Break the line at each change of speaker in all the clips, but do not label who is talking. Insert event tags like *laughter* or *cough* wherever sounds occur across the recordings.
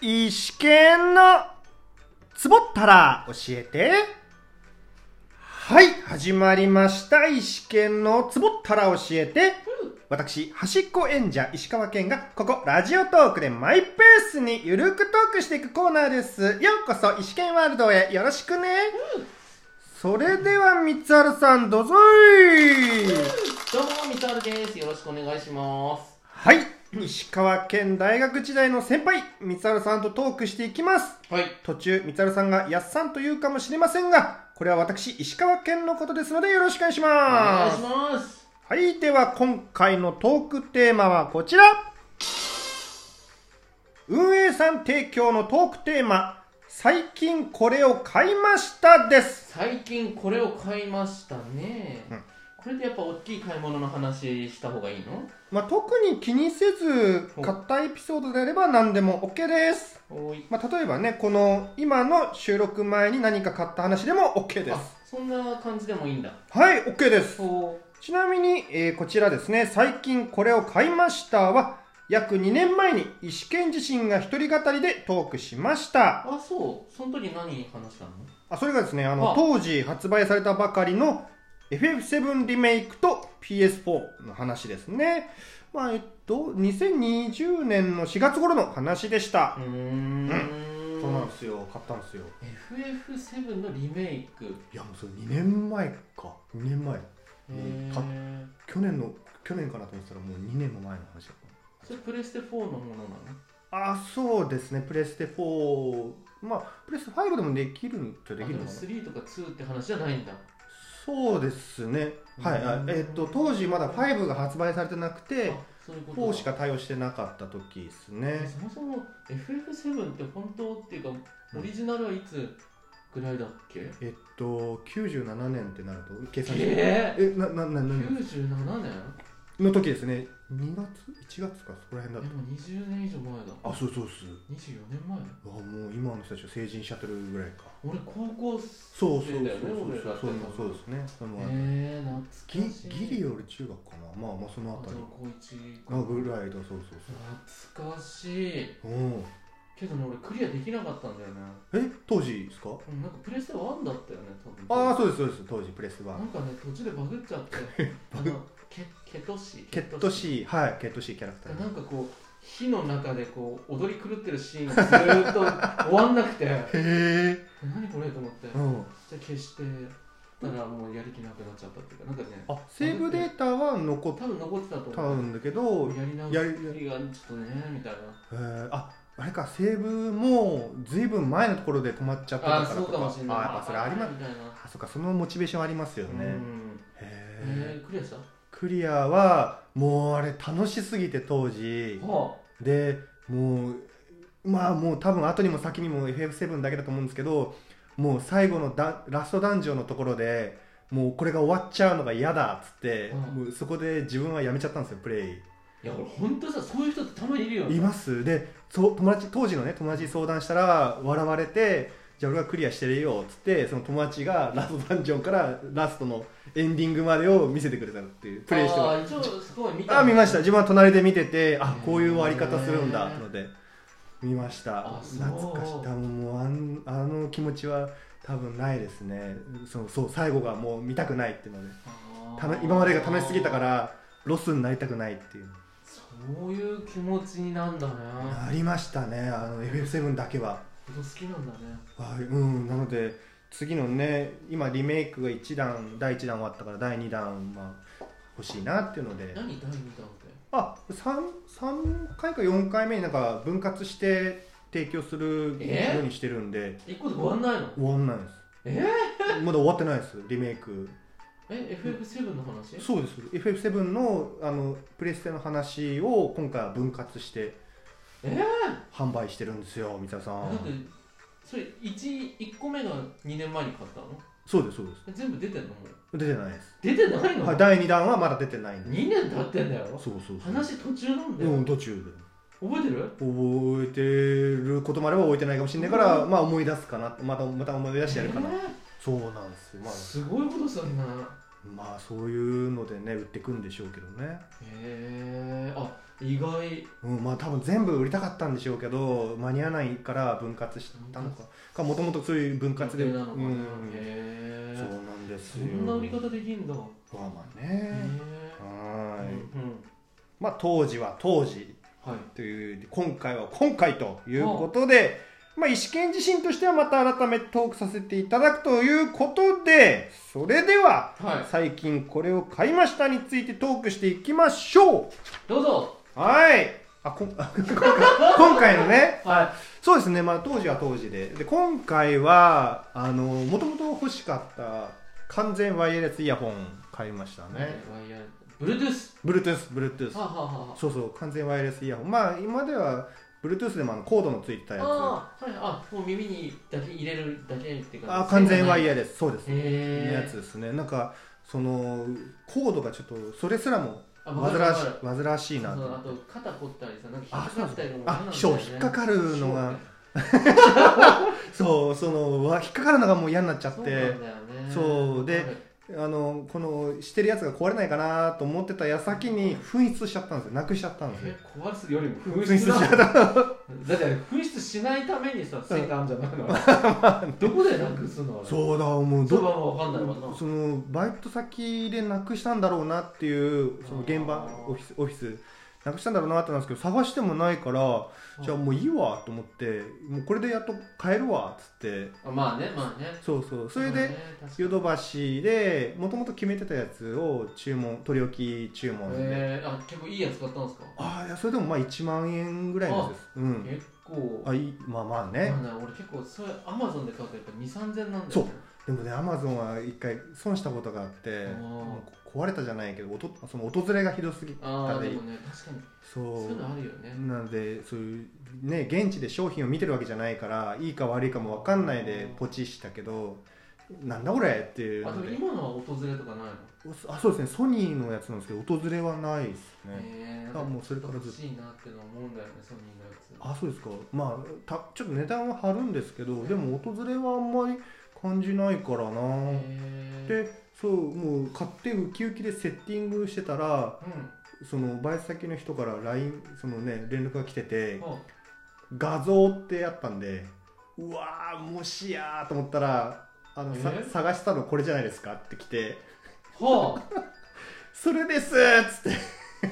石剣のつぼったら教えて。はい、始まりました。石剣のつぼったら教えて。私、端っこ演者、石川県が、ここ、ラジオトークでマイペースにゆるくトークしていくコーナーです。ようこそ、石剣ワールドへよろしくね。それでは、三原さん、どうぞい。
どうも、みたるです。よろしくお願いします。
はい、石川県大学時代の先輩、三原さんとトークしていきます。
はい。
途中、みつるさんがやっさんと言うかもしれませんが、これは私、石川県のことですのでよろしくお願いし
お願
ま
いし
す。
ます。
はい、では今回のトークテーマはこちら。運営さん提供のトークテーマ、最近これを買いましたです。
最近これを買いましたね。
うん
これでやっぱ大きい買い物の話した方がいいの
まあ、特に気にせず買ったエピソードであれば何でも OK です。
おい。
まあ、例えばね、この今の収録前に何か買った話でも OK で
あ
す。、
そんな感じでもいいんだ。
はい、OK です。
そ
ちなみに、えーこちらですね、最近これを買いましたは、約2年前に石健自身が一人語りでトークしました。
あ、そう。その時何話したの
あそれがですね、あの
あ
当時発売されたばかりの FF7 リメイクと PS4 の話ですね。まあ、えっと、2020年の4月頃の話でした
う。ーん。
そうなんですよ、買ったんですよ。
FF7 のリメイク。
いや、もうそれ2年前か。2年前。
へー
買去年の、去年かなと思ってたらもう2年も前の話だった。
それプレステ4のものなの
あそうですねプレステ4まあプレステ5でもできるっちゃで
あ
き
で
る
も
のかな
3とか2って話じゃないんだ。
そうですねはいあ
うん
えっと当時まだ5が発売されてなくて
あそういうことだ
4しか対応してなかった時ですね
そもそも FF7 って本当っていうかオリジナルはいつぐらいだっけ、
えっと97年ってなると計算して
え
えななな
ー、
何
!?97 年
の時ですね2月1月かそこら辺だ
で
っ
も20年以上前だ
たあそうそうっす
24年前
あもう今の人たちは成人しちゃってるぐらいか
俺高校
そうそうそう
生だよね
そう
俺らって
そうそうですねでも
えー、
ギ
懐かしい
ギリより中学かなまあまあその
あ
あた
と
り
高1
あぐらいだそうそう
懐かしい
そううん
けどね俺クリアできなかったんだよね
え当時ですか
うんなんかプレステ1だったよね多分
ああそうですそうです当時プレス
なん
は
かね途中でバグっ
*laughs*
ちゃってあのケケトシ
ケット C はいケット C キャラクター
なんかこう火の中でこう踊り狂ってるシーンがずーっと終わんなくて *laughs* え
へえ
何これと思ってじ
う
ゃ
ん
あ消してたらもうやる気なくなっちゃったっていうかなんかね
あセーブデータは残っ
多分残ってたと
た
思うん
だけどへ
やり直
やり
しがちょっとねみたいな
えああれかセーブもずいぶん前のところで止まっちゃってた
あ
か
あ
ら
そう
とか
かもしれない
あやっぱそれあります
みたいな
あそっかそのモチベーションありますよ
う
ねへ
ん
え
えークリアしたは
クリアはもうあれ楽しすぎて当時
あ
でもうまあもう多分後にも先にも FF7 だけだと思うんですけどもう最後のだラストダンジョンのところでもうこれが終わっちゃうのが嫌だっつって、
うん
もうそこで自分はやめちゃったんですよプレイ
いや俺本当さそういう人ってたまにいるよね
いますでそう友達当時のね友達に相談したら笑われてじゃあ俺がクリアしてるよっつってその友達がラストダンジョンからラストのエンディングまでを見せてくれたっていうプレイして
あ
は
ー一応すごい見た
あ見ました自分は隣で見ててあ
へー
こういう終わり方するんだってので見ました
あそう
懐かしい多分もうあんあの気持ちは多分ないですねそうそう最後がもう見たくないっていうので
あー
たの今までが楽しすぎたからロスになりたくないっていう
そういう気持ちになんだね
ありましたねあの FF7 だけは
ほんと好きなんだね
はいうんなので次のね今リメイクが1弾第1弾終わったから第2弾まあ欲しいなっていうので
何第2弾って
あ三 3, 回か4回目になんか分割して提供する
え
ようにしてるんで
1個で終わんないの
終わんないです
え *laughs*
まだ終わってないですリメイク
え FF7 の話
そうです FF7 のあのプレステの話を今回は分割して
えー、
販売してるんですよ三田さ
だって
ん
それ 1, 一個目が2年前に買ったの
そうですそうです
え全部出てんのもう
出てないです、
出てないの、
はい、第2弾はまだ出てないんで
2年経ってんだよ
そうそうそう
話途中なんだよ、
うん途中で
覚えてる
覚えてることもあれば覚えてないかもしれないから、まあ思い出すかなまたまた思い出してやるかな、
え
そうなんですよ、
ー
まあ
すごいことすんな
うまあそういうのでね売ってくんでしょうけどね、
へえあ意外
うん、まあ多分全部売りたかったんでしょうけど間に合わないから分割したのかかもともとそういう分割で、
予
う
定なのかな、
ん、
へ
そう
え
なんです
そ
よ
んな売り方できんだ、
まあまあ
へ
ね、
え
はーい、
うんうん
まあ当時は当時
はい
という今回は今回ということで、まあ、石剣自身としてはまた改めてトークさせていただくということでそれでは
はい
最近これを買いましたについてトークしていきましょ
どうぞ
うはいあこん *laughs* 今回今回のね
は
そうですね、まあ、当時は当時でで今回はあのもともと欲しかった完全ワイヤレスイヤホン買いました
い
ね
ワイヤーブルートゥース
Bluetooth Bluetooth
はあはあはあ
そうそう完全ワイヤレスイヤホンまあ今では Bluetooth でもあのコードのついてたやつあ
ああはいあもう耳にだけ入れるだけって感じ
完全ワイ
ヤ
ヤレスそうです
へえ
やつですねなんかそのコードがちょっとそれすらも
あわ
煩
かる
わ
わ
し
かる
煩わしいな
そうそうあ
と
と肩凝ったりさなんか引
あ
っか
そう
かったりも
あそう引っか
っ
かるのがそうそのわ引っかかるのがもう嫌になっちゃっ
そう
て
なんだよね
そうで
わかる
あのこのしてるやつが壊れないかなと思ってた矢先に紛失しちゃったんですよなくしちゃったんですよ
え壊すよりも紛
紛
失
失しち
だ
ゃ *laughs* っ
だ
た
ってあれ紛失しないためにさ成果あんじゃ
*laughs*
ないの、どこでなくすのあれう
そうだもう
そ
ど
れは分かんないわな
そのバイト先でなくしたんだろうなっていうその現場
あー
オフィスオフィスなくしたんだろうなってなんですけど探してもないからじゃあもういいわと思ってもうこれでやっと帰るわっつって
あまあねまあね
そうそうそれ
まあ
で
ね確かに
ヨドバシでもともと決めてたやつを注文取り置き注文で、
えー、あ結構いいやつ買ったんですか
ああいやそれでもまあ1万円ぐらいのやつですうん
結構
あいいまあまあね
まあね、俺結構それアマゾンで買うとやっぱ2 3 0 0 0なんだよ、ね、
そうでもねアマゾンは一回損したことがあって
あー
もう壊れたじゃないけどおとその訪れがひどすぎ
あ
た
あで
で
もね確かに
そう
そういうのあるよね
なのでそういうね現地で商品を見てるわけじゃないからいいか悪いかも分かんないでポチしたけどなんだこれっていう
あ
の
と
で
今のは訪れとかないの
あそうですねソニーのやつなんですけど訪れはないですね
え
あもうそれからずっと
欲しいなってのは思うんだよねソニーのやつ
あそうですかまあたちょっと値段は張るんですけどでも訪れはあんまり感じないからな
へえ
でそうもう買ってウキウキでセッティングしてたら
うん
そのバイト先の人から LINE そのね連絡が来てて
あ
画像ってあったんでうわーもしやーと思ったらあのさ
え
探したのこれじゃないですかって来て
は
それですーっつって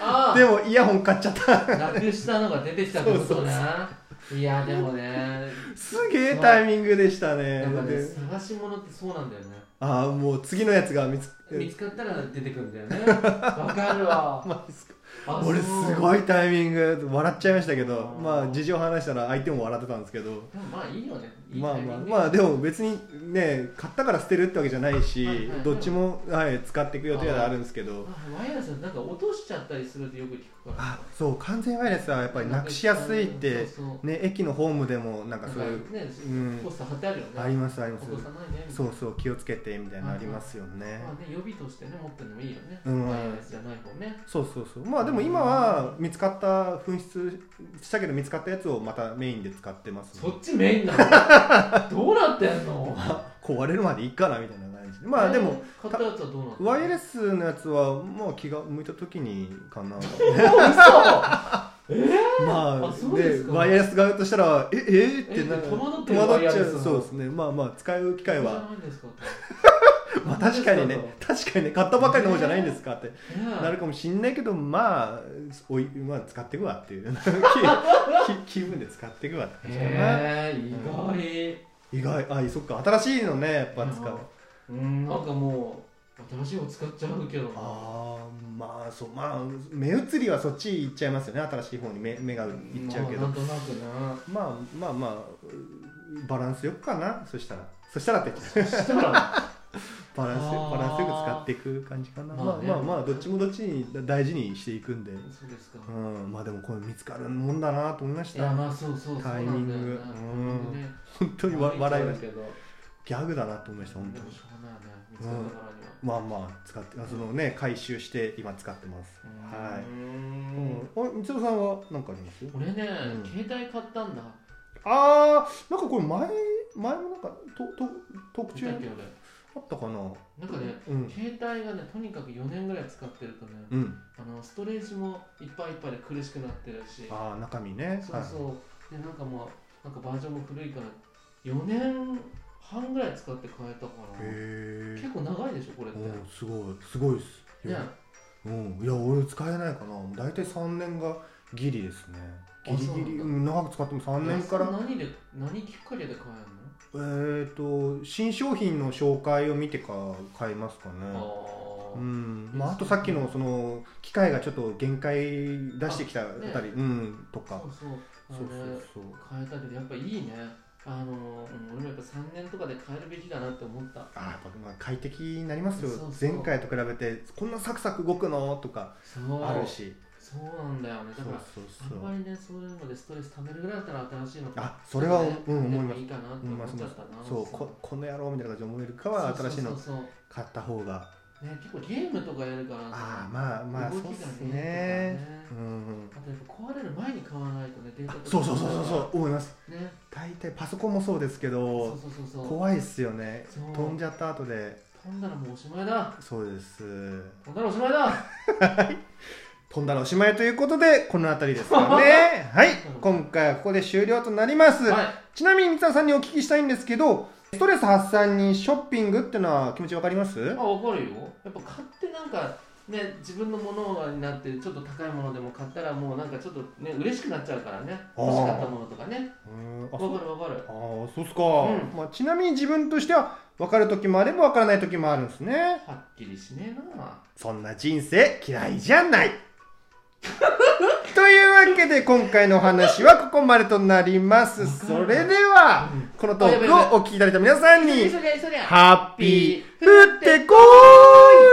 あ
*laughs*
あ
でもイヤホン買っちゃった
あなくしたのが出てきたってことねいやでもね
すげえタイミングでしたね
なんかね
で
探し物ってそうなんだよね
ああもう次のやつが見つ
見
け
つかったら出てくるんだよねわかるわ
マジっすか
あ
*laughs* 俺
そう
すごいタイミング笑っちゃいましたけど
あー
まあ事情話したら相手も笑ってたんですけど
でもまあいいよねいい
まあ
タイミ
まあ
ング
まあでも別にね買ったから捨てるってわけじゃないし
はいはいはい
どっちも、はい、使っていく予定はあるんですけど
あワイヤレスなんか落としちゃったりするってよく聞くから
あそう完全ワイヤレスはやっぱりなくしやすいって、
そうそう
ね、駅のホームでもなん
な
か
ん
そういう、
かね
うん
ポ、スター貼ってあるよね
ありますあります
落とさないねみたいな
そうそう気をつけてみたいなのありますよね、
まあね予備としてね持ってるのもいいよね
うん
ワイヤレスじゃない方ね
そうそうそうまあでも今は見つかった紛失したけど見つかったやつをまたメインで使ってます
そ
ね
っちメインな
*laughs*
のどうなってんの
壊れるまでいいかなみたいな感じでまあでも
買ったやつはどうなってんの
ワイヤレ
ス
スのやつはまあ気が向いた時にか
*laughs*
なま
あ
あ
そうですか
ワイヤレスがあるとしたらええーってなんか
え戸惑ってるワイヤレスの
そうですねまあまあ使う機会
*laughs*
はまあ
本当です
確
か
かにね確かにね買ったばかりの方じゃないんですかってな
な
るかもしんないけどまあおい、まあ、使っていくわっていう *laughs* 気気分で使っていくわって感じかな
へえ意外
意外あそっか新しいのねやっぱ使う
うんなんかもう新しいの使っちゃうけどな
ああまあそうまあ目移りはそっち行っちゃいますよね新しい方に目目がいっちゃうけど
まあなんとなくな
まあまあまあバランスよくかなそしたらそしたらって
そ
*laughs*
したら
バランス
あー
バランスよく使っていく感じかな
ま
ま
あ
あ
ね
まあまあどっちもどっちに大事にしていくんで、う
そうですか
ん、まあでもこれ見つかるもんだなと思いまし
いや
た
まあそうそうそう
タイミング
そうなんだよね
本当にわ笑いました
けど
ギャグだなと思いました
で
本
も
当に
しょうがないよね見つかったからには
まあまあ使ってあそのね回収して今使ってますはいう
ー
うんん、おみつろさんは何かあります
俺ね
うん
携帯買ったんだ
あーなんかこれ前前もなんかとと特
見たっ
注
け俺
あったかな
なんかね、
うん
携帯がねとにかく4年ぐらい使ってるとね、
うん
あのストレージもいっぱいいっぱいで苦しくなってるし
ああ中身ね
そうそう、でなんかまあなんかバージョンも古いから4年半ぐらい使って変えたか
はい、へ
な
え
結構長いでしょこれって、
うんすごいすごいっす
ね
うん、いや俺使えないかな大体3年がギリですねギリギリ
あそうなんだ
うん長く使っても3年から
何で何きっかけで買え
えー、と新商品の紹介を見てか買いますか
る
ね
の、
うんまあ、あとさっきのその機械がちょっと限界出してきたあたり、うん、と
ああ
か
そうそうあ
そう
の
そう
ね
そう
変えたけどやっぱいいねあのうん俺もやっぱ3年とかで変えるべきだなって思った
あーやっぱまあ快適になりますよ
そうそう
前回と比べてこんなサクサク動くのとか
そう
あるし
そうなんだよね
そ
だ
う
から
そう
あん
そ
ま
う
りねそういうのでストレス溜めるぐらいだったら新しいの
あそれは
ね
うん思います
でもいいかなって
うん
思
まあ
っ
そ
ちゃ
の
ったな、
そうここの野郎みたいな感じで思えるかは新しい
そう
の
そうそうそう
買った方が
ね、結構ゲームとかやるからさ
ああまあまあそ
動
うで
きがね
す
とかね
ねうん
あとやっぱ壊れる前に買わないとねデータ
あ
とか
そうそうそうそうそう思います
うね
大体パソコンもそうですけ
そう
ど
そうそうそう
怖いっすよね
そう
飛んじゃった後で
飛んだらもうおしまいだ
そうです
飛んだらおしまい
*laughs*
だ
飛んだらおしまいということでこの辺りですか
*laughs*
ねはい今回はここで終了となります、
はい
ちなみに三沢さんにお聞きしたいんですけどストレス発散にショッピングってのは気持ちわかります
あ分かるよやっぱ買ってなんかね自分のものになってちょっと高いものでも買ったらもうなんかちょっとね嬉しくなっちゃうからね
あー
欲しかったものとかね
うんあ
分かる分かる
あーそうっすか、
うん
まあ、ちなみに自分としては分かる時もあれば分からない時もあるんですね
はっきりしねえな
そんな人生嫌いじゃ
*laughs*
ないというわけで今回のお話はここまでとなりますそれでは
うん
このトークをお聞きいただいた皆さんに
そりゃそりゃ
ハッピー降ってこーい